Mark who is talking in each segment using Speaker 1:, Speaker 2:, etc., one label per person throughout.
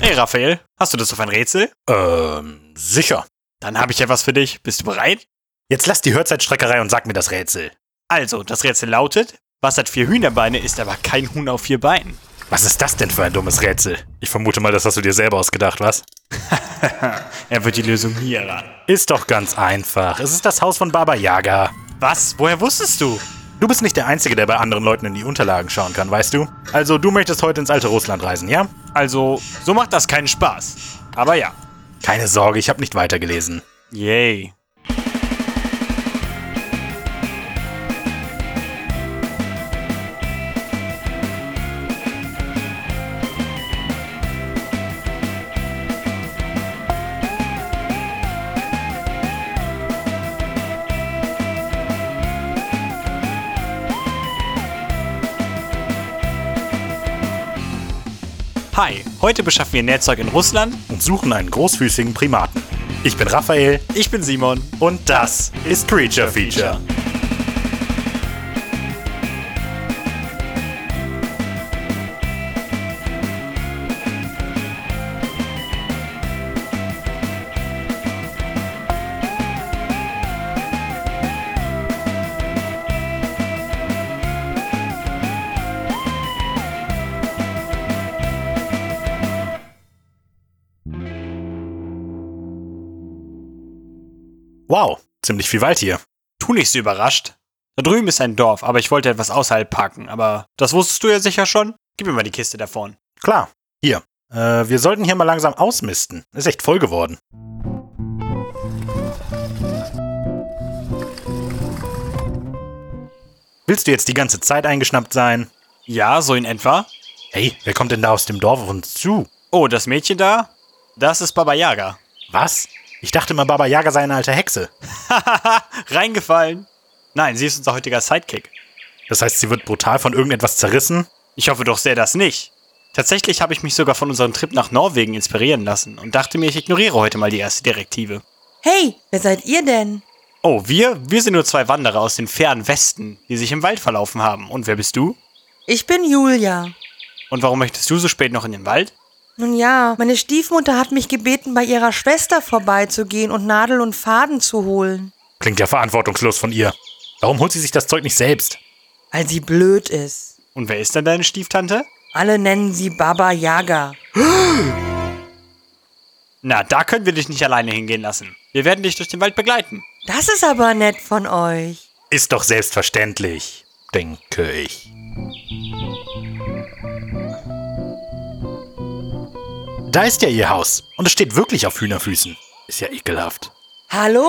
Speaker 1: Hey Raphael, hast du das auf ein Rätsel?
Speaker 2: Ähm, sicher.
Speaker 1: Dann habe ich etwas für dich. Bist du bereit?
Speaker 2: Jetzt lass die Hörzeitstreckerei und sag mir das Rätsel.
Speaker 1: Also, das Rätsel lautet, was hat vier Hühnerbeine, ist aber kein Huhn auf vier Beinen.
Speaker 2: Was ist das denn für ein dummes Rätsel? Ich vermute mal, das hast du dir selber ausgedacht, was?
Speaker 1: er wird die Lösung nie erraten.
Speaker 2: Ist doch ganz einfach. Es ist das Haus von Baba Yaga.
Speaker 1: Was? Woher wusstest du?
Speaker 2: Du bist nicht der Einzige, der bei anderen Leuten in die Unterlagen schauen kann, weißt du? Also, du möchtest heute ins alte Russland reisen, ja?
Speaker 1: Also, so macht das keinen Spaß. Aber ja.
Speaker 2: Keine Sorge, ich habe nicht weitergelesen.
Speaker 1: Yay. Hi, heute beschaffen wir Nähzeug in Russland.
Speaker 2: Und suchen einen großfüßigen Primaten. Ich bin Raphael
Speaker 1: Ich bin Simon.
Speaker 2: und das ist Creature Feature. Wow, ziemlich viel Wald hier.
Speaker 1: Tu nicht so überrascht. Da drüben ist ein Dorf, aber ich wollte etwas außerhalb parken. Aber das wusstest du ja sicher schon. Gib mir mal die Kiste davon.
Speaker 2: Klar, hier. Äh, wir sollten hier mal langsam ausmisten. Ist echt voll geworden. Willst du jetzt die ganze Zeit eingeschnappt sein?
Speaker 1: Ja, so in etwa.
Speaker 2: Hey, wer kommt denn da aus dem Dorf auf uns zu?
Speaker 1: Oh, das Mädchen da? Das ist Baba Yaga.
Speaker 2: Was? Ich dachte mal, Baba Yaga sei eine alte Hexe.
Speaker 1: Hahaha, reingefallen. Nein, sie ist unser heutiger Sidekick.
Speaker 2: Das heißt, sie wird brutal von irgendetwas zerrissen?
Speaker 1: Ich hoffe doch sehr, dass nicht. Tatsächlich habe ich mich sogar von unserem Trip nach Norwegen inspirieren lassen und dachte mir, ich ignoriere heute mal die erste Direktive.
Speaker 3: Hey, wer seid ihr denn?
Speaker 1: Oh, wir? Wir sind nur zwei Wanderer aus den fernen Westen, die sich im Wald verlaufen haben. Und wer bist du?
Speaker 3: Ich bin Julia.
Speaker 1: Und warum möchtest du so spät noch in den Wald?
Speaker 3: Nun ja, meine Stiefmutter hat mich gebeten, bei ihrer Schwester vorbeizugehen und Nadel und Faden zu holen.
Speaker 2: Klingt ja verantwortungslos von ihr. Warum holt sie sich das Zeug nicht selbst?
Speaker 3: Weil sie blöd ist.
Speaker 1: Und wer ist denn deine Stieftante?
Speaker 3: Alle nennen sie Baba Yaga.
Speaker 1: Na, da können wir dich nicht alleine hingehen lassen. Wir werden dich durch den Wald begleiten.
Speaker 3: Das ist aber nett von euch.
Speaker 2: Ist doch selbstverständlich, denke ich. Da ist ja ihr Haus. Und es steht wirklich auf Hühnerfüßen. Ist ja ekelhaft.
Speaker 3: Hallo?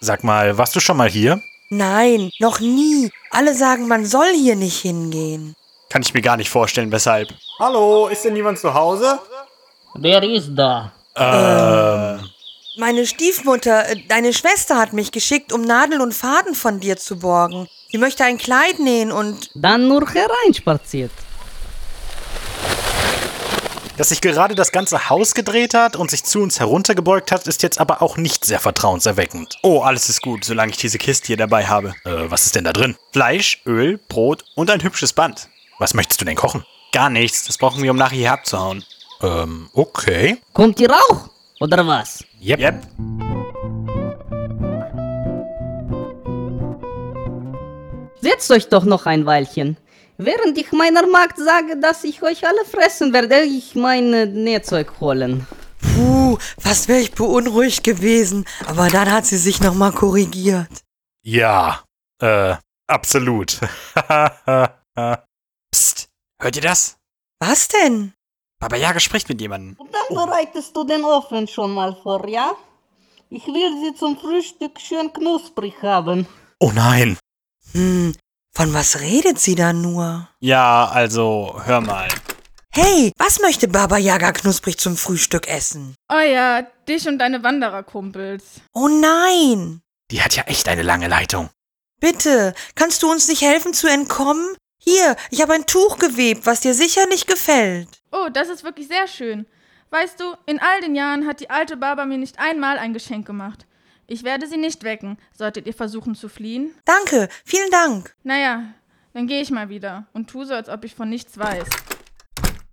Speaker 2: Sag mal, warst du schon mal hier?
Speaker 3: Nein, noch nie. Alle sagen, man soll hier nicht hingehen.
Speaker 1: Kann ich mir gar nicht vorstellen, weshalb. Hallo, ist denn niemand zu Hause?
Speaker 4: Wer ist da?
Speaker 3: Meine Stiefmutter, äh, deine Schwester hat mich geschickt, um Nadel und Faden von dir zu borgen. Sie möchte ein Kleid nähen und
Speaker 4: Dann nur hereinspaziert.
Speaker 2: Dass sich gerade das ganze Haus gedreht hat und sich zu uns heruntergebeugt hat, ist jetzt aber auch nicht sehr vertrauenserweckend.
Speaker 1: Oh, alles ist gut, solange ich diese Kiste hier dabei habe.
Speaker 2: Äh, was ist denn da drin?
Speaker 1: Fleisch, Öl, Brot und ein hübsches Band.
Speaker 2: Was möchtest du denn kochen?
Speaker 1: Gar nichts, das brauchen wir, um nachher hier abzuhauen.
Speaker 2: Ähm, okay.
Speaker 4: Kommt ihr auch? Oder was?
Speaker 2: Yep.
Speaker 1: Yep.
Speaker 4: Setzt euch doch noch ein Weilchen. Während ich meiner Magd sage, dass ich euch alle fressen werde, ich mein äh, Nähzeug holen.
Speaker 3: Puh, Uh, fast wäre ich beunruhigt gewesen, aber dann hat sie sich nochmal korrigiert.
Speaker 2: Ja. Äh, absolut.
Speaker 1: Psst, hört ihr das?
Speaker 3: Was denn?
Speaker 1: Baba Yaga spricht mit jemandem.
Speaker 5: Dann bereitest du den Ofen schon mal vor, ja? Ich will sie zum Frühstück schön knusprig haben.
Speaker 2: oh nein.
Speaker 3: Hm, von was redet sie da nur?
Speaker 1: Ja, also, hör mal.
Speaker 3: Hey, was möchte Baba Yaga knusprig zum Frühstück essen?
Speaker 6: Oh ja, dich und deine Wandererkumpels.
Speaker 3: Oh nein!
Speaker 2: Die hat ja echt eine lange Leitung.
Speaker 3: Bitte, kannst du uns nicht helfen zu entkommen? Hier, ich habe ein Tuch gewebt, was dir sicher nicht gefällt.
Speaker 6: Oh, das ist wirklich sehr schön. Weißt du, in all den Jahren hat die alte Baba mir nicht einmal ein Geschenk gemacht. Ich werde sie nicht wecken, solltet ihr versuchen zu fliehen.
Speaker 3: Danke, vielen Dank.
Speaker 6: Naja, dann gehe ich mal wieder und tu so, als ob ich von nichts weiß.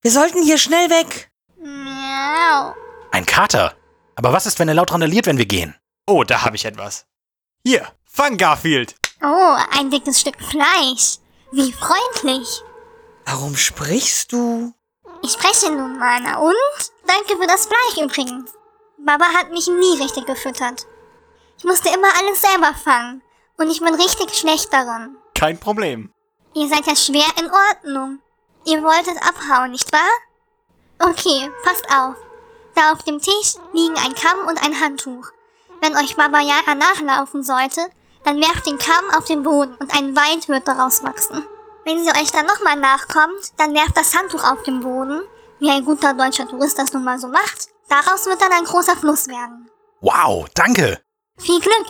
Speaker 3: Wir sollten hier schnell weg.
Speaker 7: Miau.
Speaker 2: Ein Kater. Aber was ist, wenn er laut randaliert, wenn wir gehen?
Speaker 1: Oh, da habe ich etwas. Hier, fang Garfield.
Speaker 7: Oh, ein dickes Stück Fleisch. Wie freundlich.
Speaker 3: Warum sprichst du?
Speaker 7: Ich spreche nun meiner und danke für das Fleisch übrigens. Baba hat mich nie richtig gefüttert. Ich musste immer alles selber fangen und ich bin richtig schlecht darin.
Speaker 1: Kein Problem.
Speaker 7: Ihr seid ja schwer in Ordnung. Ihr wolltet abhauen, nicht wahr? Okay, passt auf. Da auf dem Tisch liegen ein Kamm und ein Handtuch. Wenn euch Baba Yaga nachlaufen sollte, dann werft den Kamm auf den Boden und ein Wald wird daraus wachsen. Wenn sie euch dann nochmal nachkommt, dann werft das Handtuch auf den Boden, wie ein guter deutscher Tourist das nun mal so macht. Daraus wird dann ein großer Fluss werden.
Speaker 2: Wow, danke.
Speaker 7: Viel Glück!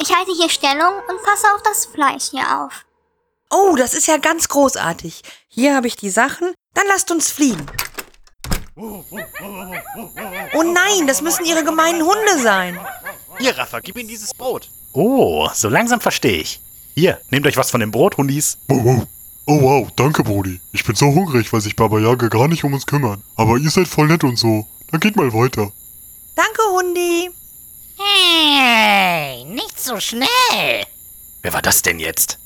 Speaker 7: Ich halte hier Stellung und passe auf das Fleisch hier auf.
Speaker 3: Oh, das ist ja ganz großartig. Hier habe ich die Sachen. Dann lasst uns fliehen. Oh nein, das müssen ihre gemeinen Hunde sein.
Speaker 1: Hier, Rafa, gib ihm dieses Brot.
Speaker 2: Oh, so langsam verstehe ich. Hier, nehmt euch was von dem Brot, Hundis.
Speaker 8: Wow, wow. Oh wow, danke Brody. Ich bin so hungrig, weil sich Baba Yaga gar nicht um uns kümmern. Aber ihr seid voll nett und so. Dann geht mal weiter.
Speaker 3: Danke, Hundi.
Speaker 9: Hey, nicht so schnell.
Speaker 2: Wer war das denn jetzt?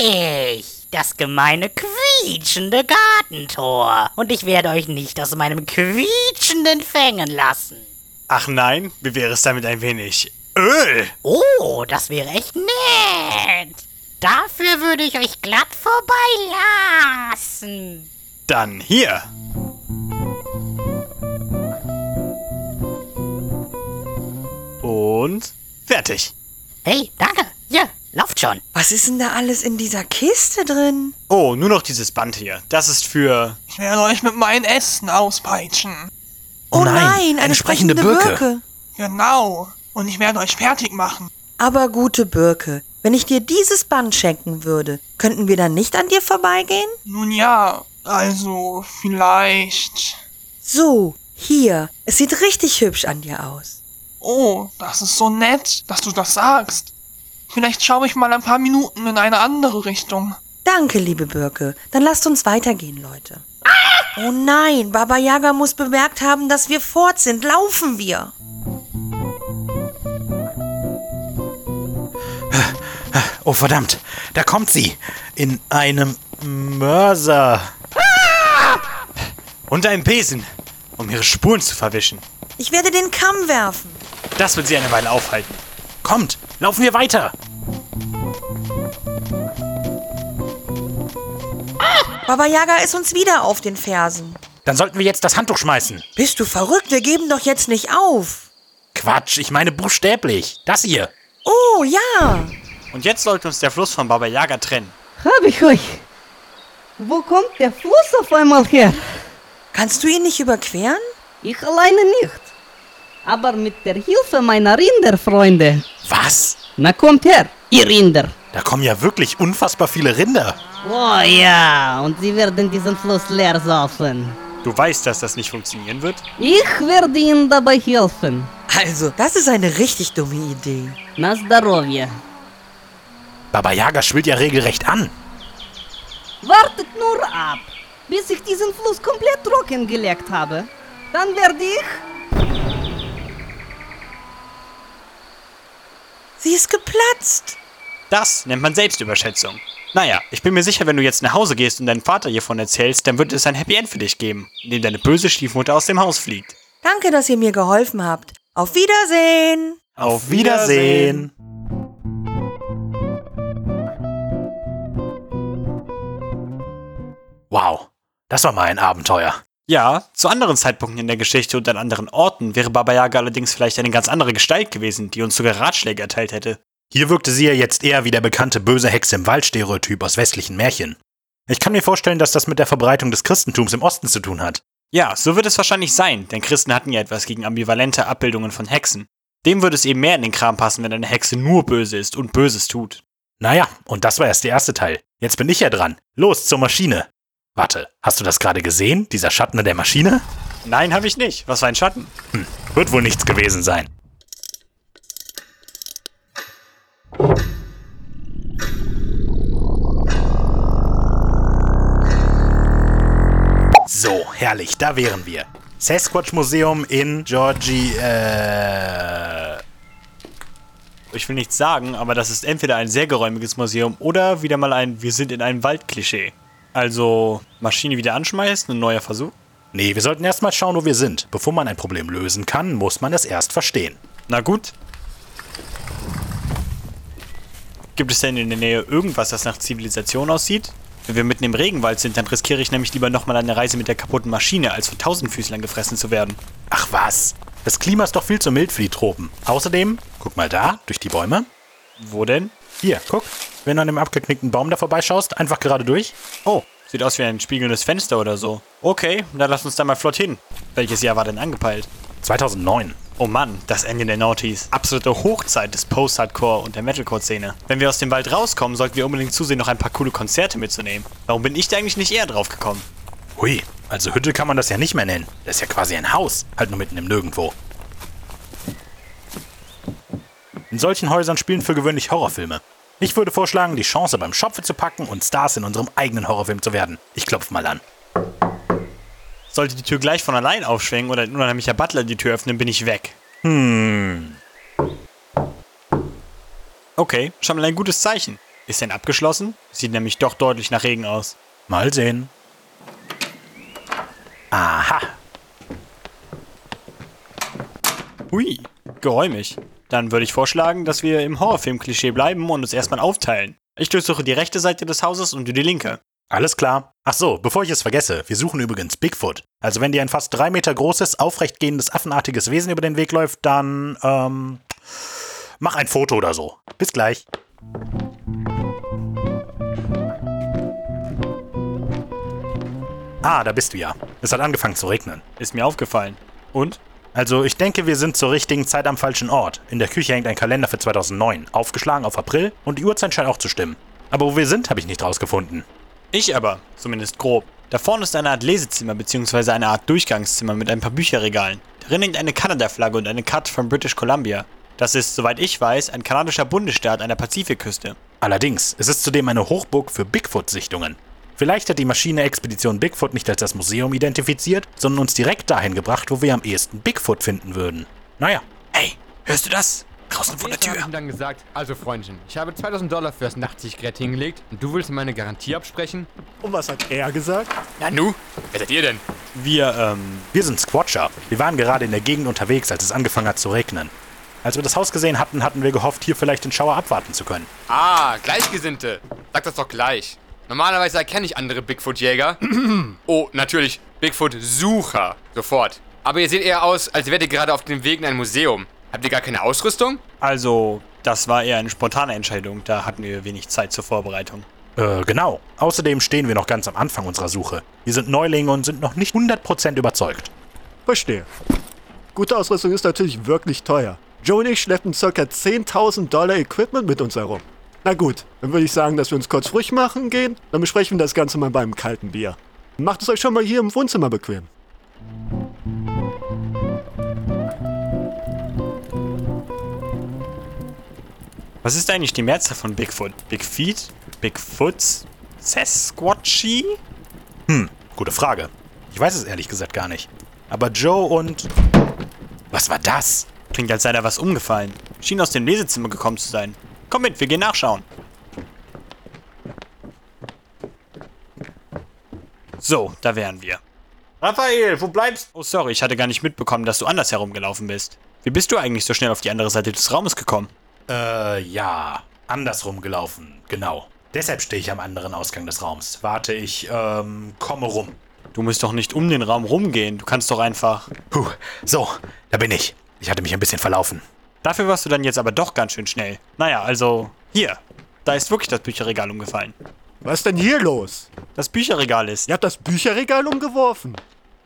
Speaker 9: Ich, das gemeine quietschende Gartentor. Und ich werde euch nicht aus meinem quietschenden Fängen lassen.
Speaker 1: Ach nein, wie wäre es damit ein wenig Öl?
Speaker 9: Oh, das wäre echt nett. Dafür würde ich euch glatt vorbeilassen.
Speaker 1: Dann hier. Und fertig.
Speaker 9: Hey, danke. Hier, lauft schon.
Speaker 3: Was ist denn da alles in dieser Kiste drin?
Speaker 1: Oh, nur noch dieses Band hier. Das ist für...
Speaker 10: Ich werde euch mit meinen Ästen auspeitschen.
Speaker 3: Oh, nein, eine, sprechende, Birke.
Speaker 10: Genau. Und ich werde euch fertig machen.
Speaker 3: Aber gute Birke, wenn ich dir dieses Band schenken würde, könnten wir dann nicht an dir vorbeigehen?
Speaker 10: Nun ja, also vielleicht.
Speaker 3: So, hier. Es sieht richtig hübsch an dir aus.
Speaker 10: Oh, das ist so nett, dass du das sagst. Vielleicht schaue ich mal ein paar Minuten in eine andere Richtung.
Speaker 3: Danke, liebe Birke. Dann lasst uns weitergehen, Leute. Oh nein, Baba Yaga muss bemerkt haben, dass wir fort sind. Laufen wir.
Speaker 2: Oh, verdammt. Da kommt sie. In einem Mörser.
Speaker 1: Und ein Besen, um ihre Spuren zu verwischen.
Speaker 3: Ich werde den Kamm werfen.
Speaker 1: Das wird sie eine Weile aufhalten.
Speaker 2: Kommt, laufen wir weiter.
Speaker 3: Baba Yaga ist uns wieder auf den Fersen.
Speaker 2: Dann sollten wir jetzt das Handtuch schmeißen.
Speaker 3: Bist du verrückt? Wir geben doch jetzt nicht auf.
Speaker 2: Quatsch, ich meine buchstäblich. Das hier.
Speaker 3: Oh ja.
Speaker 1: Und jetzt sollte uns der Fluss von Baba Yaga trennen.
Speaker 4: Hab ich euch. Wo kommt der Fluss auf einmal her?
Speaker 3: Kannst du ihn nicht überqueren?
Speaker 4: Ich alleine nicht. Aber mit der Hilfe meiner Rinderfreunde.
Speaker 2: Was?
Speaker 4: Na kommt her, ihr Rinder.
Speaker 2: Da kommen ja wirklich unfassbar viele Rinder.
Speaker 4: Oh ja, und sie werden diesen Fluss leer saufen.
Speaker 1: Du weißt, dass das nicht funktionieren wird?
Speaker 4: Ich werde ihnen dabei helfen.
Speaker 3: Also, das ist eine richtig dumme Idee.
Speaker 4: Na здоровье.
Speaker 2: Baba Yaga schwillt ja regelrecht an.
Speaker 4: Wartet nur ab, bis ich diesen Fluss komplett trocken gelegt habe. Dann werde ich...
Speaker 3: Sie ist geplatzt.
Speaker 1: Das nennt man Selbstüberschätzung. Naja, ich bin mir sicher, wenn du jetzt nach Hause gehst und deinem Vater hiervon erzählst, dann wird es ein Happy End für dich geben, in dem deine böse Stiefmutter aus dem Haus fliegt.
Speaker 3: Danke, dass ihr mir geholfen habt. Auf Wiedersehen.
Speaker 1: Auf Wiedersehen.
Speaker 2: Wow, das war mal ein Abenteuer.
Speaker 1: Ja, zu anderen Zeitpunkten in der Geschichte und an anderen Orten wäre Baba Yaga allerdings vielleicht eine ganz andere Gestalt gewesen, die uns sogar Ratschläge erteilt hätte.
Speaker 2: Hier wirkte sie ja jetzt eher wie der bekannte böse Hexe im Wald-Stereotyp aus westlichen Märchen. Ich kann mir vorstellen, dass das mit der Verbreitung des Christentums im Osten zu tun hat.
Speaker 1: Ja, so wird es wahrscheinlich sein, denn Christen hatten ja etwas gegen ambivalente Abbildungen von Hexen. Dem würde es eben mehr in den Kram passen, wenn eine Hexe nur böse ist und Böses tut.
Speaker 2: Naja, und das war erst der erste Teil. Jetzt bin ich ja dran. Los zur Maschine. Warte, hast du das gerade gesehen? Dieser Schatten an der Maschine?
Speaker 1: Nein, habe ich nicht. Was für ein Schatten?
Speaker 2: Hm, wird wohl nichts gewesen sein. So, herrlich, da wären wir. Sasquatch-Museum in Georgie. Äh,
Speaker 1: Ich will nichts sagen, aber das ist entweder ein sehr geräumiges Museum oder wieder mal ein Wir sind in einem Wald-Klischee. Also Maschine wieder anschmeißen, ein neuer Versuch.
Speaker 2: nee, wir sollten erstmal schauen, wo wir sind. Bevor man ein Problem lösen kann, muss man es erst verstehen.
Speaker 1: Na gut. Gibt es denn in der Nähe irgendwas, das nach Zivilisation aussieht? Wenn wir mitten im Regenwald sind, dann riskiere ich nämlich lieber nochmal eine Reise mit der kaputten Maschine, als von Tausendfüßlern gefressen zu werden.
Speaker 2: Ach was, das Klima ist doch viel zu mild für die Tropen. Außerdem, guck mal da, durch die Bäume.
Speaker 1: Wo denn?
Speaker 2: Hier, guck. Wenn du an dem abgeknickten Baum da vorbeischaust, einfach gerade durch. Oh,
Speaker 1: Sieht aus wie ein spiegelndes Fenster oder so. Okay, dann lass uns da mal flott hin. Welches Jahr war denn angepeilt?
Speaker 2: 2009.
Speaker 1: Oh Mann, das Ende der Naughties. Absolute Hochzeit des Post-Hardcore und der Metalcore-Szene. Wenn wir aus dem Wald rauskommen, sollten wir unbedingt zusehen, noch ein paar coole Konzerte mitzunehmen. Warum bin ich da eigentlich nicht eher drauf gekommen?
Speaker 2: Hui, also Hütte kann man das ja nicht mehr nennen. Das ist ja quasi ein Haus, halt nur mitten im Nirgendwo. In solchen Häusern spielen für gewöhnlich Horrorfilme. Ich würde vorschlagen, die Chance beim Schopfe zu packen und Stars in unserem eigenen Horrorfilm zu werden. Ich klopf mal an.
Speaker 1: Sollte die Tür gleich von allein aufschwingen oder ein unheimlicher Butler die Tür öffnen, bin ich weg.
Speaker 2: Hm.
Speaker 1: Okay, schon mal ein gutes Zeichen. Ist denn abgeschlossen? Sieht nämlich doch deutlich nach Regen aus.
Speaker 2: Mal sehen. Aha.
Speaker 1: Hui, geräumig. Dann würde ich vorschlagen, dass wir im Horrorfilm-Klischee bleiben und uns erstmal aufteilen. Ich durchsuche die rechte Seite des Hauses und du die linke.
Speaker 2: Alles klar. Ach so, bevor ich es vergesse, wir suchen übrigens Bigfoot. Also wenn dir ein fast drei Meter großes, aufrecht gehendes, affenartiges Wesen über den Weg läuft, dann, ähm, mach ein Foto oder so. Bis gleich. Ah, da bist du ja. Es hat angefangen zu regnen.
Speaker 1: Ist mir aufgefallen. Und?
Speaker 2: Also, ich denke, wir sind zur richtigen Zeit am falschen Ort. In der Küche hängt ein Kalender für 2009, aufgeschlagen auf April und die Uhrzeit scheint auch zu stimmen. Aber wo wir sind, habe ich nicht rausgefunden.
Speaker 1: Ich aber, zumindest grob. Da vorne ist eine Art Lesezimmer bzw. eine Art Durchgangszimmer mit ein paar Bücherregalen. Darin hängt eine Kanada-Flagge und eine Karte von British Columbia. Das ist, soweit ich weiß, ein kanadischer Bundesstaat an der Pazifikküste.
Speaker 2: Allerdings, es ist zudem eine Hochburg für Bigfoot-Sichtungen. Vielleicht hat die Maschine Expedition Bigfoot nicht als das Museum identifiziert, sondern uns direkt dahin gebracht, wo wir am ehesten Bigfoot finden würden. Naja,
Speaker 1: Ey, hörst du das? Draußen
Speaker 11: von der Tür. Ich habe ihm dann gesagt, also Freundchen, ich habe 2000 Dollar fürs Nachtsichtgerät hingelegt und du willst meine Garantie absprechen?
Speaker 2: Und was hat er gesagt?
Speaker 11: Na nu, wer seid ihr denn?
Speaker 1: Wir, ähm,
Speaker 2: wir sind Squatcher. Wir waren gerade in der Gegend unterwegs, als es angefangen hat zu regnen. Als wir das Haus gesehen hatten, hatten wir gehofft, hier vielleicht den Schauer abwarten zu können.
Speaker 11: Ah, Gleichgesinnte. Sag das doch gleich. Normalerweise erkenne ich andere Bigfoot-Jäger. oh, natürlich, Bigfoot-Sucher. Sofort. Aber ihr seht eher aus, als wärt ihr gerade auf dem Weg in ein Museum. Habt ihr gar keine Ausrüstung?
Speaker 1: Also, das war eher eine spontane Entscheidung, da hatten wir wenig Zeit zur Vorbereitung.
Speaker 2: Äh, genau. Außerdem stehen wir noch ganz am Anfang unserer Suche. Wir sind Neulinge und sind noch nicht 100% überzeugt.
Speaker 12: Verstehe. Gute Ausrüstung ist natürlich wirklich teuer. Joe und ich schleppen ca. 10.000 Dollar Equipment mit uns herum. Na gut, dann würde ich sagen, dass wir uns kurz frisch machen gehen, dann besprechen wir das Ganze mal beim kalten Bier. Macht es euch schon mal hier im Wohnzimmer bequem.
Speaker 1: Was ist eigentlich die Mehrzahl von Bigfoot? Bigfeet? Bigfoots? Sasquatchy?
Speaker 2: Hm, gute Frage. Ich weiß es ehrlich gesagt gar nicht. Aber Joe und... Was war das?
Speaker 1: Klingt, als sei da was umgefallen. Schien aus dem Lesezimmer gekommen zu sein. Komm mit, wir gehen nachschauen. So, da wären wir. Raphael, wo bleibst Oh, sorry, ich hatte gar nicht mitbekommen, dass du anders herumgelaufen bist. Wie bist du eigentlich so schnell auf die andere Seite des Raumes gekommen?
Speaker 2: Äh, ja. Andersrum gelaufen. Genau. Deshalb stehe ich am anderen Ausgang des Raums. Warte, ich, ähm, komme rum.
Speaker 1: Du musst doch nicht um den Raum rumgehen. Du kannst doch einfach.
Speaker 2: Puh, so, da bin ich. Ich hatte mich ein bisschen verlaufen.
Speaker 1: Dafür warst du dann jetzt aber doch ganz schön schnell. Naja, also, hier. Da ist wirklich das Bücherregal umgefallen.
Speaker 12: Was ist denn hier los?
Speaker 1: Das Bücherregal ist.
Speaker 12: Ihr habt das Bücherregal umgeworfen.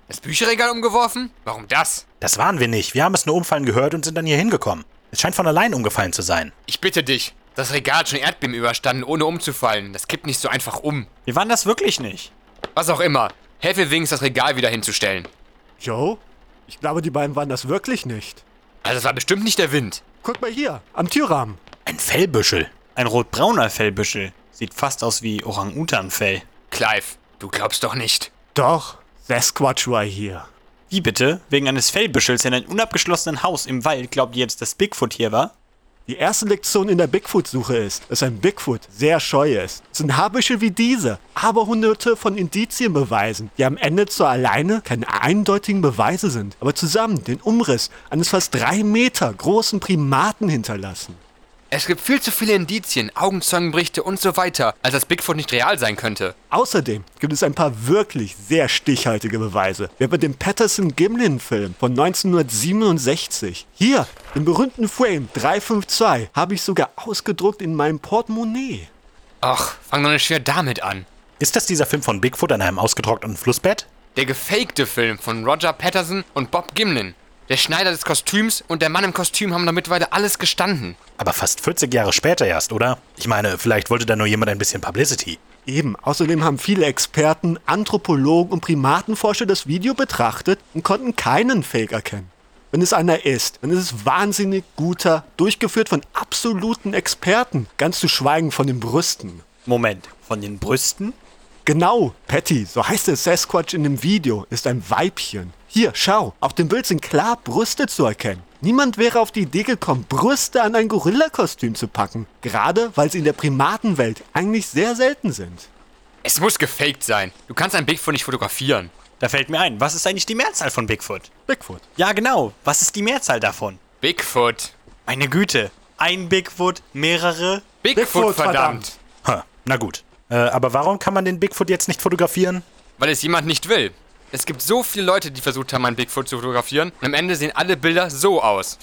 Speaker 11: Das Bücherregal umgeworfen? Warum das?
Speaker 2: Das waren wir nicht. Wir haben es nur umfallen gehört und sind dann hier hingekommen. Es scheint von allein umgefallen zu sein.
Speaker 11: Ich bitte dich. Das Regal hat schon Erdbeben überstanden, ohne umzufallen. Das kippt nicht so einfach um.
Speaker 1: Wir waren das wirklich nicht.
Speaker 11: Was auch immer. Helfe wenigstens, das Regal wieder hinzustellen.
Speaker 12: Joe? Ich glaube, die beiden waren das wirklich nicht.
Speaker 11: Also, es war bestimmt nicht der Wind.
Speaker 12: Guck mal hier, am Türrahmen.
Speaker 2: Ein Fellbüschel.
Speaker 1: Ein rotbrauner Fellbüschel. Sieht fast aus wie Orang-Utan-Fell.
Speaker 11: Clive, du glaubst doch nicht.
Speaker 12: Doch, Sasquatch war hier.
Speaker 1: Wie bitte? Wegen eines Fellbüschels in einem unabgeschlossenen Haus im Wald glaubt ihr jetzt, dass Bigfoot hier war?
Speaker 12: Die erste Lektion in der Bigfoot-Suche ist, dass ein Bigfoot sehr scheu ist. Es sind Haarbüschel wie diese, aber hunderte von Indizien beweisen, die am Ende zwar alleine keine eindeutigen Beweise sind, aber zusammen den Umriss eines fast drei Meter großen Primaten hinterlassen.
Speaker 11: Es gibt viel zu viele Indizien, Augenzeugenberichte und so weiter, als dass Bigfoot nicht real sein könnte.
Speaker 12: Außerdem gibt es ein paar wirklich sehr stichhaltige Beweise. Wie bei dem Patterson-Gimlin-Film von 1967. Hier, im berühmten Frame 352, habe ich sogar ausgedruckt in meinem Portemonnaie.
Speaker 11: Ach, fang doch nicht schwer damit an.
Speaker 2: Ist das dieser Film von Bigfoot an einem ausgetrockneten Flussbett?
Speaker 11: Der gefakte Film von Roger Patterson und Bob Gimlin. Der Schneider des Kostüms und der Mann im Kostüm haben da mittlerweile alles gestanden.
Speaker 2: Aber fast 40 Jahre später erst, oder? Ich meine, vielleicht wollte da nur jemand ein bisschen Publicity.
Speaker 12: Eben, außerdem haben viele Experten, Anthropologen und Primatenforscher das Video betrachtet und konnten keinen Fake erkennen. Wenn es einer ist, dann ist es wahnsinnig guter, durchgeführt von absoluten Experten, ganz zu schweigen von den Brüsten.
Speaker 1: Moment, von den Brüsten?
Speaker 12: Genau, Patty, so heißt der Sasquatch in dem Video, ist ein Weibchen. Hier, schau, auf dem Bild sind klar Brüste zu erkennen. Niemand wäre auf die Idee gekommen, Brüste an ein Gorillakostüm zu packen, gerade weil sie in der Primatenwelt eigentlich sehr selten sind.
Speaker 11: Es muss gefaked sein. Du kannst einen Bigfoot nicht fotografieren.
Speaker 1: Da fällt mir ein, was ist eigentlich die Mehrzahl von Bigfoot?
Speaker 12: Bigfoot.
Speaker 1: Ja, genau. Was ist die Mehrzahl davon?
Speaker 11: Bigfoot.
Speaker 1: Meine Güte. Ein Bigfoot, mehrere.
Speaker 11: Bigfoot, verdammt.
Speaker 2: Ha, na gut. Äh, aber warum kann man den Bigfoot jetzt nicht fotografieren?
Speaker 11: Weil es jemand nicht will. Es gibt so viele Leute, die versucht haben, einen Bigfoot zu fotografieren. Und am Ende sehen alle Bilder so aus.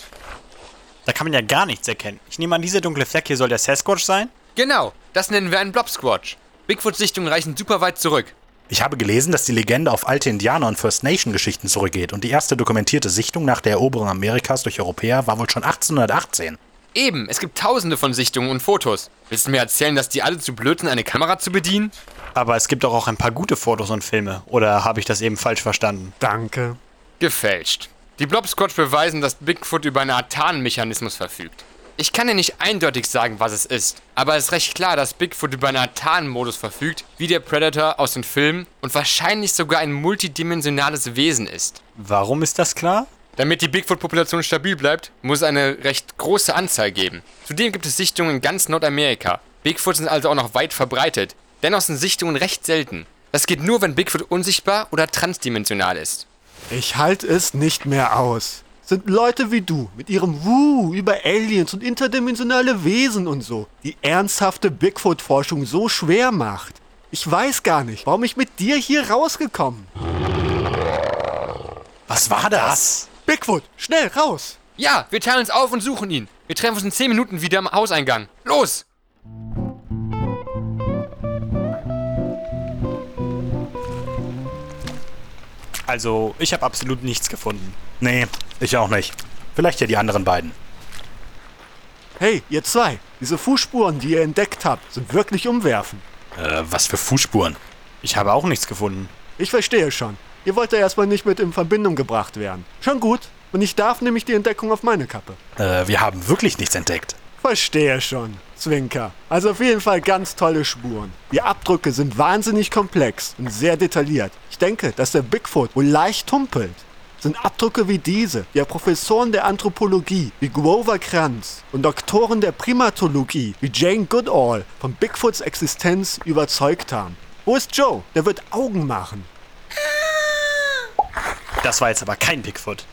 Speaker 1: Da kann man ja gar nichts erkennen. Ich nehme an, dieser dunkle Fleck hier soll der Sasquatch sein?
Speaker 11: Genau, das nennen wir einen Blob Squatch. Bigfoots Sichtungen reichen super weit zurück.
Speaker 2: Ich habe gelesen, dass die Legende auf alte Indianer- und First Nation-Geschichten zurückgeht und die erste dokumentierte Sichtung nach der Eroberung Amerikas durch Europäer war wohl schon 1818.
Speaker 11: Eben, es gibt tausende von Sichtungen und Fotos. Willst du mir erzählen, dass die alle zu blöd sind, eine Kamera zu bedienen?
Speaker 1: Aber es gibt doch auch ein paar gute Fotos und Filme. Oder habe ich das eben falsch verstanden?
Speaker 12: Danke.
Speaker 11: Gefälscht. Die Blobsquatch beweisen, dass Bigfoot über einen Art Tarnmechanismus verfügt. Ich kann dir nicht eindeutig sagen, was es ist, aber es ist recht klar, dass Bigfoot über einen Art Tarnmodus verfügt, wie der Predator aus den Filmen und wahrscheinlich sogar ein multidimensionales Wesen ist.
Speaker 1: Warum ist das klar?
Speaker 11: Damit die Bigfoot-Population stabil bleibt, muss es eine recht große Anzahl geben. Zudem gibt es Sichtungen in ganz Nordamerika. Bigfoots sind also auch noch weit verbreitet. Dennoch sind Sichtungen recht selten. Das geht nur, wenn Bigfoot unsichtbar oder transdimensional ist.
Speaker 12: Ich halte es nicht mehr aus. Sind Leute wie du mit ihrem Wuh über Aliens und interdimensionale Wesen und so, die ernsthafte Bigfoot-Forschung so schwer macht. Ich weiß gar nicht, warum ich mit dir hier rausgekommen.
Speaker 1: Was war das?
Speaker 12: Bigfoot, schnell raus!
Speaker 11: Ja, wir teilen uns auf und suchen ihn. Wir treffen uns in 10 Minuten wieder am Hauseingang. Los!
Speaker 1: Also, ich habe absolut nichts gefunden.
Speaker 2: Nee, ich auch nicht. Vielleicht ja die anderen beiden.
Speaker 12: Hey, ihr zwei, diese Fußspuren, die ihr entdeckt habt, sind wirklich umwerfend.
Speaker 2: Äh, was für Fußspuren.
Speaker 1: Ich habe auch nichts gefunden.
Speaker 12: Ich verstehe schon. Ihr wollt ja erstmal nicht mit in Verbindung gebracht werden. Schon gut. Wenn ich darf, nehme ich die Entdeckung auf meine Kappe.
Speaker 2: Äh, wir haben wirklich nichts entdeckt.
Speaker 12: Verstehe schon, Zwinker. Also auf jeden Fall ganz tolle Spuren. Die Abdrücke sind wahnsinnig komplex und sehr detailliert. Ich denke, dass der Bigfoot wohl leicht humpelt. Sind Abdrücke wie diese, die ja Professoren der Anthropologie wie Grover Kranz und Doktoren der Primatologie wie Jane Goodall von Bigfoots Existenz überzeugt haben. Wo ist Joe? Der wird Augen machen.
Speaker 1: Das war jetzt aber kein Bigfoot.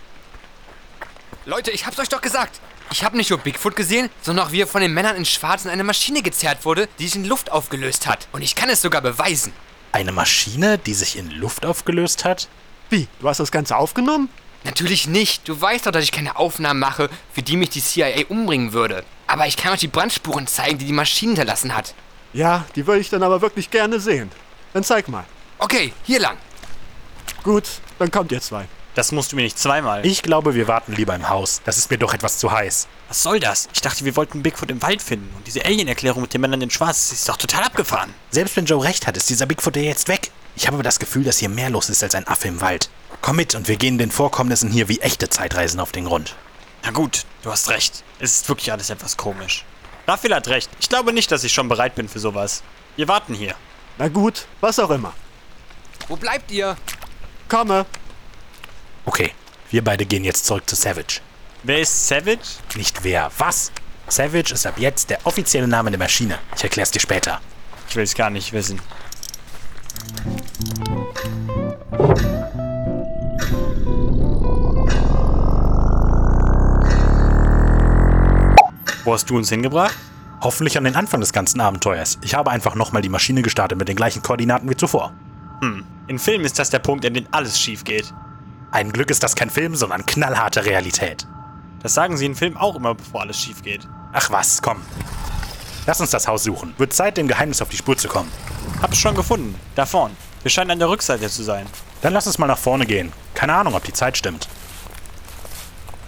Speaker 11: Leute, ich hab's euch doch gesagt. Ich habe nicht nur Bigfoot gesehen, sondern auch wie er von den Männern in Schwarz in eine Maschine gezerrt wurde, die sich in Luft aufgelöst hat. Und ich kann es sogar beweisen.
Speaker 2: Eine Maschine, die sich in Luft aufgelöst hat?
Speaker 12: Wie? Du hast das Ganze aufgenommen?
Speaker 11: Natürlich nicht. Du weißt doch, dass ich keine Aufnahmen mache, für die mich die CIA umbringen würde. Aber ich kann euch die Brandspuren zeigen, die die Maschine hinterlassen hat.
Speaker 12: Ja, die würde ich dann aber wirklich gerne sehen. Dann zeig mal.
Speaker 11: Okay, hier lang.
Speaker 12: Gut, dann kommt ihr zwei.
Speaker 1: Das musst du mir nicht zweimal.
Speaker 2: Ich glaube, wir warten lieber im Haus. Das ist mir doch etwas zu heiß.
Speaker 1: Was soll das? Ich dachte, wir wollten Bigfoot im Wald finden. Und diese Alien-Erklärung mit den Männern in Schwarz ist doch total abgefahren.
Speaker 2: Selbst wenn Joe recht hat, ist dieser Bigfoot ja jetzt weg. Ich habe aber das Gefühl, dass hier mehr los ist als ein Affe im Wald. Komm mit und wir gehen den Vorkommnissen hier wie echte Zeitreisen auf den Grund.
Speaker 1: Na gut, du hast recht. Es ist wirklich alles etwas komisch. Raphael hat recht. Ich glaube nicht, dass ich schon bereit bin für sowas. Wir warten hier.
Speaker 12: Na gut, was auch immer.
Speaker 11: Wo bleibt ihr?
Speaker 12: Komme.
Speaker 2: Okay, wir beide gehen jetzt zurück zu Savage.
Speaker 1: Wer ist Savage?
Speaker 2: Nicht wer, was? Savage ist ab jetzt der offizielle Name der Maschine. Ich erklär's dir später.
Speaker 1: Ich will's gar nicht wissen. Wo hast du uns hingebracht?
Speaker 2: Hoffentlich an den Anfang des ganzen Abenteuers. Ich habe einfach nochmal die Maschine gestartet mit den gleichen Koordinaten wie zuvor.
Speaker 1: Hm, im Film ist das der Punkt, an dem alles schief geht.
Speaker 2: Ein Glück ist das kein Film, sondern knallharte Realität.
Speaker 1: Das sagen sie in Filmen auch immer, bevor alles schief geht.
Speaker 2: Ach was, komm. Lass uns das Haus suchen. Wird Zeit, dem Geheimnis auf die Spur zu kommen.
Speaker 1: Hab's schon gefunden. Da vorn. Wir scheinen an der Rückseite zu sein.
Speaker 2: Dann lass uns mal nach vorne gehen. Keine Ahnung, ob die Zeit stimmt.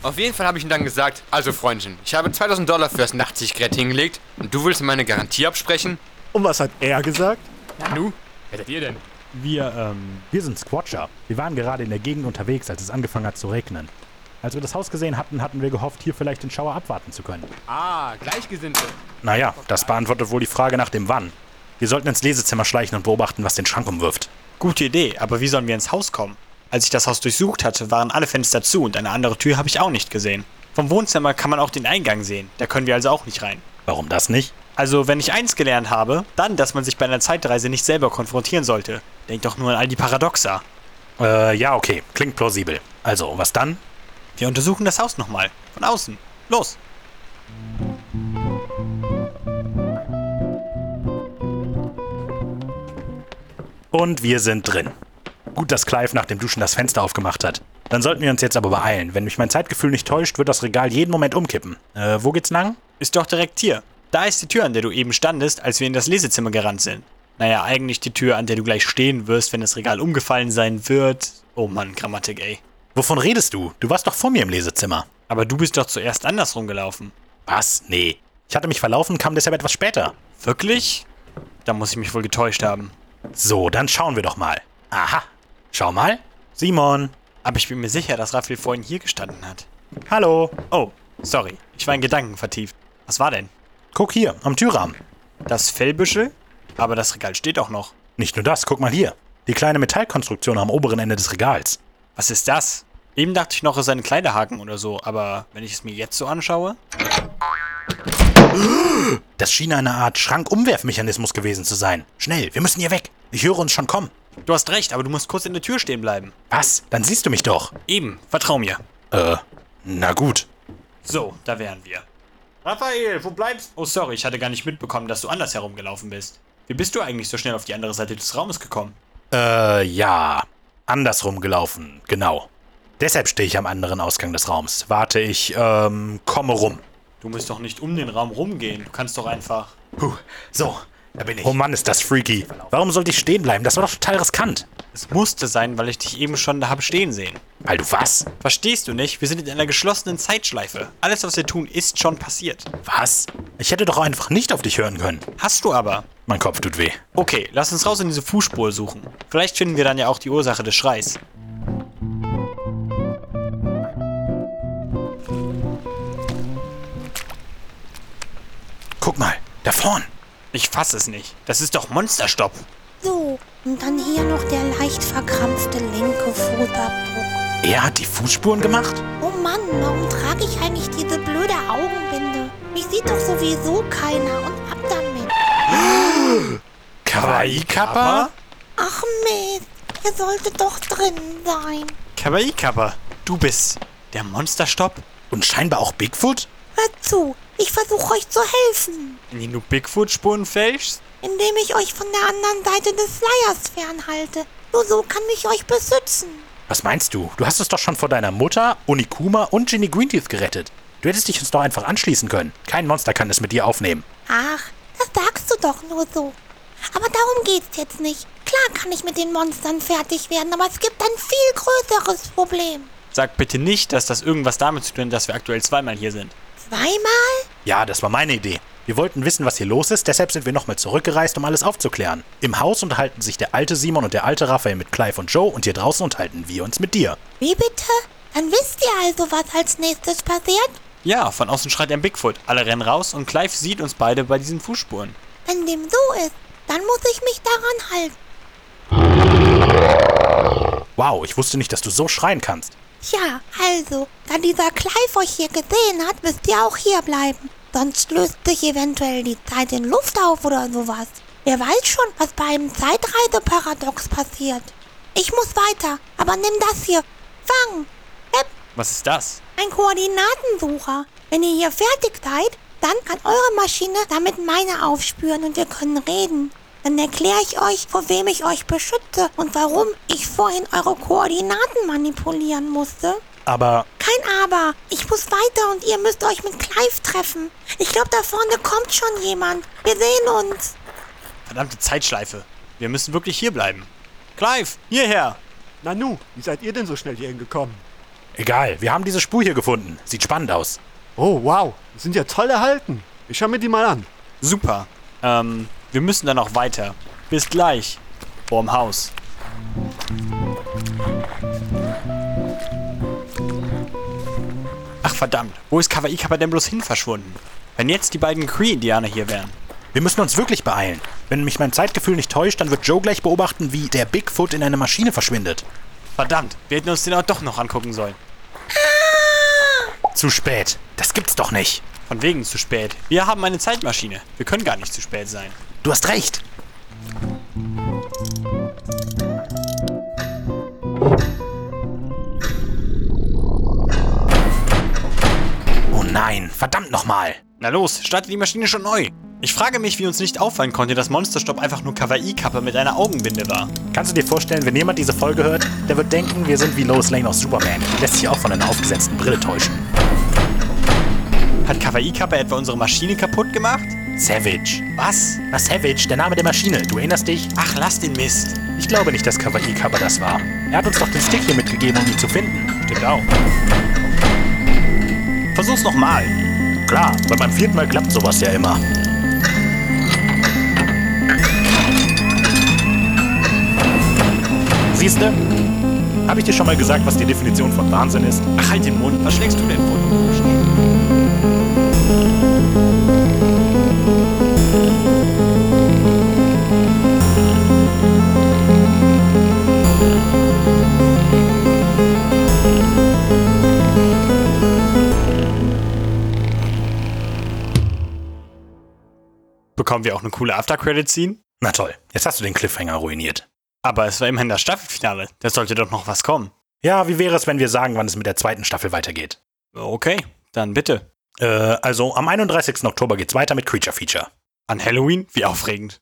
Speaker 11: Auf jeden Fall habe ich ihm dann gesagt, also Freundchen, ich habe 2000 Dollar fürs Nachtsichtgerät hingelegt und du willst mir meine Garantie absprechen?
Speaker 12: Und was hat er gesagt?
Speaker 11: Nu, wer seid ihr denn?
Speaker 2: Wir, ähm. Wir sind Squatcher. Wir waren gerade in der Gegend unterwegs, als es angefangen hat zu regnen. Als wir das Haus gesehen hatten, hatten wir gehofft, hier vielleicht den Schauer abwarten zu können.
Speaker 11: Ah, Gleichgesinnte.
Speaker 2: Naja, das beantwortet wohl die Frage nach dem Wann. Wir sollten ins Lesezimmer schleichen und beobachten, was den Schrank umwirft.
Speaker 1: Gute Idee, aber wie sollen wir ins Haus kommen? Als ich das Haus durchsucht hatte, waren alle Fenster zu und eine andere Tür habe ich auch nicht gesehen. Vom Wohnzimmer kann man auch den Eingang sehen, da können wir also auch nicht rein.
Speaker 2: Warum das nicht?
Speaker 1: Also, wenn ich eins gelernt habe, dann, dass man sich bei einer Zeitreise nicht selber konfrontieren sollte. Denk doch nur an all die Paradoxa.
Speaker 2: Äh, ja, okay. Klingt plausibel. Also, was dann?
Speaker 1: Wir untersuchen das Haus nochmal. Von außen. Los.
Speaker 2: Und wir sind drin. Gut, dass Clive nach dem Duschen das Fenster aufgemacht hat. Dann sollten wir uns jetzt aber beeilen. Wenn mich mein Zeitgefühl nicht täuscht, wird das Regal jeden Moment umkippen. Äh, wo geht's lang?
Speaker 1: Ist doch direkt hier. Da ist die Tür, an der du eben standest, als wir in das Lesezimmer gerannt sind. Naja, eigentlich die Tür, an der du gleich stehen wirst, wenn das Regal umgefallen sein wird. Oh Mann, Grammatik, ey.
Speaker 2: Wovon redest du? Du warst doch vor mir im Lesezimmer.
Speaker 1: Aber du bist doch zuerst andersrum gelaufen.
Speaker 2: Was? Nee. Ich hatte mich verlaufen, kam deshalb etwas später.
Speaker 1: Wirklich? Da muss ich mich wohl getäuscht haben.
Speaker 2: So, dann schauen wir doch mal. Aha. Schau mal. Simon.
Speaker 1: Aber ich bin mir sicher, dass Raphael vorhin hier gestanden hat.
Speaker 2: Hallo.
Speaker 1: Oh, sorry. Ich war in Gedanken vertieft. Was war denn?
Speaker 2: Guck hier, am Türrahmen.
Speaker 1: Das Fellbüschel? Aber das Regal steht auch noch.
Speaker 2: Nicht nur das, guck mal hier. Die kleine Metallkonstruktion am oberen Ende des Regals.
Speaker 1: Was ist das? Eben dachte ich noch, es sei ein Kleiderhaken oder so, aber wenn ich es mir jetzt so anschaue.
Speaker 2: Das schien eine Art Schrankumwerfmechanismus gewesen zu sein. Schnell, wir müssen hier weg. Ich höre uns schon kommen.
Speaker 1: Du hast recht, aber du musst kurz in der Tür stehen bleiben.
Speaker 2: Was? Dann siehst du mich doch.
Speaker 1: Eben, vertrau mir.
Speaker 2: Äh, na gut.
Speaker 1: So, da wären wir. Raphael, wo bleibst Oh, sorry, ich hatte gar nicht mitbekommen, dass du anders herumgelaufen bist. Wie bist du eigentlich so schnell auf die andere Seite des Raumes gekommen?
Speaker 2: Äh, ja. Andersrum gelaufen, genau. Deshalb stehe ich am anderen Ausgang des Raums. Warte, ich, ähm, komme rum.
Speaker 1: Du musst doch nicht um den Raum rumgehen. Du kannst doch einfach.
Speaker 2: Puh, so, da bin ich. Oh Mann, ist das freaky. Warum sollte ich stehen bleiben? Das war doch total riskant.
Speaker 1: Es musste sein, weil ich dich eben schon da habe stehen sehen.
Speaker 2: Weil du was?
Speaker 1: Verstehst du nicht? Wir sind in einer geschlossenen Zeitschleife. Alles, was wir tun, ist schon passiert.
Speaker 2: Was? Ich hätte doch einfach nicht auf dich hören können.
Speaker 1: Hast du aber.
Speaker 2: Mein Kopf tut weh.
Speaker 1: Okay, lass uns raus in diese Fußspur suchen. Vielleicht finden wir dann ja auch die Ursache des Schreis.
Speaker 2: Guck mal, da vorn.
Speaker 1: Ich fasse es nicht. Das ist doch Monsterstopp.
Speaker 3: So, und dann hier noch der leicht verkrampfte linke Fußabdruck.
Speaker 2: Er hat die Fußspuren gemacht?
Speaker 3: Oh Mann, warum trage ich eigentlich diese blöde Augenbinde? Mich sieht doch sowieso keiner und ab damit.
Speaker 2: Kawaii-Kappa?
Speaker 3: Ach Mist, ihr solltet doch drin sein.
Speaker 1: Kawaii-Kappa, du bist der Monsterstopp?
Speaker 2: Und scheinbar auch Bigfoot?
Speaker 3: Hört zu, ich versuche euch zu helfen,
Speaker 1: Indem du Bigfoot-Spuren fälschst?
Speaker 3: indem ich euch von der anderen Seite des Leihers fernhalte. Nur so kann ich euch beschützen.
Speaker 2: Was meinst du? Du hast es doch schon vor deiner Mutter, Unikuma und Ginny Greenteeth gerettet. Du hättest dich uns doch einfach anschließen können. Kein Monster kann es mit dir aufnehmen.
Speaker 3: Ach, das sagst du doch nur so. Aber darum geht's jetzt nicht. Klar kann ich mit den Monstern fertig werden, aber es gibt ein viel größeres Problem.
Speaker 1: Sag bitte nicht, dass das irgendwas damit zu tun hat, dass wir aktuell zweimal hier sind.
Speaker 3: Zweimal?
Speaker 2: Ja, das war meine Idee. Wir wollten wissen, was hier los ist, deshalb sind wir nochmal zurückgereist, um alles aufzuklären. Im Haus unterhalten sich der alte Simon und der alte Raphael mit Clive und Joe und hier draußen unterhalten wir uns mit dir.
Speaker 3: Wie bitte? Dann wisst ihr also, was als nächstes passiert?
Speaker 1: Ja, von außen schreit ein Bigfoot. Alle rennen raus und Clive sieht uns beide bei diesen Fußspuren.
Speaker 3: Wenn dem so ist, dann muss ich mich daran halten.
Speaker 2: Wow, ich wusste nicht, dass du so schreien kannst.
Speaker 3: Ja, also, da dieser Clive euch hier gesehen hat, müsst ihr auch hier bleiben. Sonst löst sich eventuell die Zeit in Luft auf oder sowas. Ihr weiß schon, was bei einem Zeitreiseparadox passiert. Ich muss weiter, aber nimm das hier. Fang!
Speaker 1: Was ist das?
Speaker 3: Ein Koordinatensucher. Wenn ihr hier fertig seid, dann kann eure Maschine damit meine aufspüren und wir können reden. Dann erkläre ich euch, vor wem ich euch beschütze und warum ich vorhin eure Koordinaten manipulieren musste.
Speaker 2: Aber
Speaker 3: Kein Aber. Ich muss weiter und ihr müsst euch mit Clive treffen. Ich glaube, da vorne kommt schon jemand. Wir sehen uns.
Speaker 1: Verdammte Zeitschleife. Wir müssen wirklich hier bleiben. Clive, hierher!
Speaker 12: Nanu, wie seid ihr denn so schnell hierhin gekommen?
Speaker 2: Egal, wir haben diese Spur hier gefunden. Sieht spannend aus.
Speaker 12: Oh, wow. Die sind ja toll erhalten. Ich schau mir die mal an.
Speaker 1: Super. Ähm, wir müssen dann auch weiter. Bis gleich. Vorm Haus. Ach verdammt, wo ist Kawaii Kappa denn bloß hin verschwunden? Wenn jetzt die beiden Cree-Indianer hier wären.
Speaker 2: Wir müssen uns wirklich beeilen. Wenn mich mein Zeitgefühl nicht täuscht, dann wird Joe gleich beobachten, wie der Bigfoot in eine Maschine verschwindet.
Speaker 1: Verdammt, wir hätten uns den Ort doch noch angucken sollen.
Speaker 2: Zu spät. Das gibt's doch nicht.
Speaker 1: Von wegen zu spät. Wir haben eine Zeitmaschine. Wir können gar nicht zu spät sein.
Speaker 2: Du hast recht. Oh nein, verdammt nochmal.
Speaker 1: Na los, starte die Maschine schon neu. Ich frage mich, wie uns nicht auffallen konnte, dass Monsterstop einfach nur Kawaii-Kappe mit einer Augenbinde war.
Speaker 2: Kannst du dir vorstellen, wenn jemand diese Folge hört, der wird denken, wir sind wie Lois Lane aus Superman. Lässt sich auch von einer aufgesetzten Brille täuschen.
Speaker 1: Hat Kawaii-Kappe etwa unsere Maschine kaputt gemacht?
Speaker 2: Savage.
Speaker 1: Was?
Speaker 2: Na, Savage, der Name der Maschine. Du erinnerst dich?
Speaker 1: Ach, lass den Mist.
Speaker 2: Ich glaube nicht, dass Kawaii Kappa das war. Er hat uns doch den Stick hier mitgegeben, um ihn zu finden. Stimmt auch. Versuch's nochmal. Klar, weil beim vierten Mal klappt sowas ja immer. Siehste? Habe ich dir schon mal gesagt, was die Definition von Wahnsinn ist?
Speaker 1: Ach, halt den Mund. Was schlägst du denn vor? Bekommen wir auch eine coole After-Credit-Scene?
Speaker 2: Na toll, jetzt hast du den Cliffhanger ruiniert.
Speaker 1: Aber es war immerhin das Staffelfinale. Da sollte doch noch was kommen.
Speaker 2: Ja, wie wäre es, wenn wir sagen, wann es mit der zweiten Staffel weitergeht?
Speaker 1: Okay, dann bitte.
Speaker 2: Äh, also am 31. Oktober geht's weiter mit Creature Feature.
Speaker 1: An Halloween? Wie aufregend.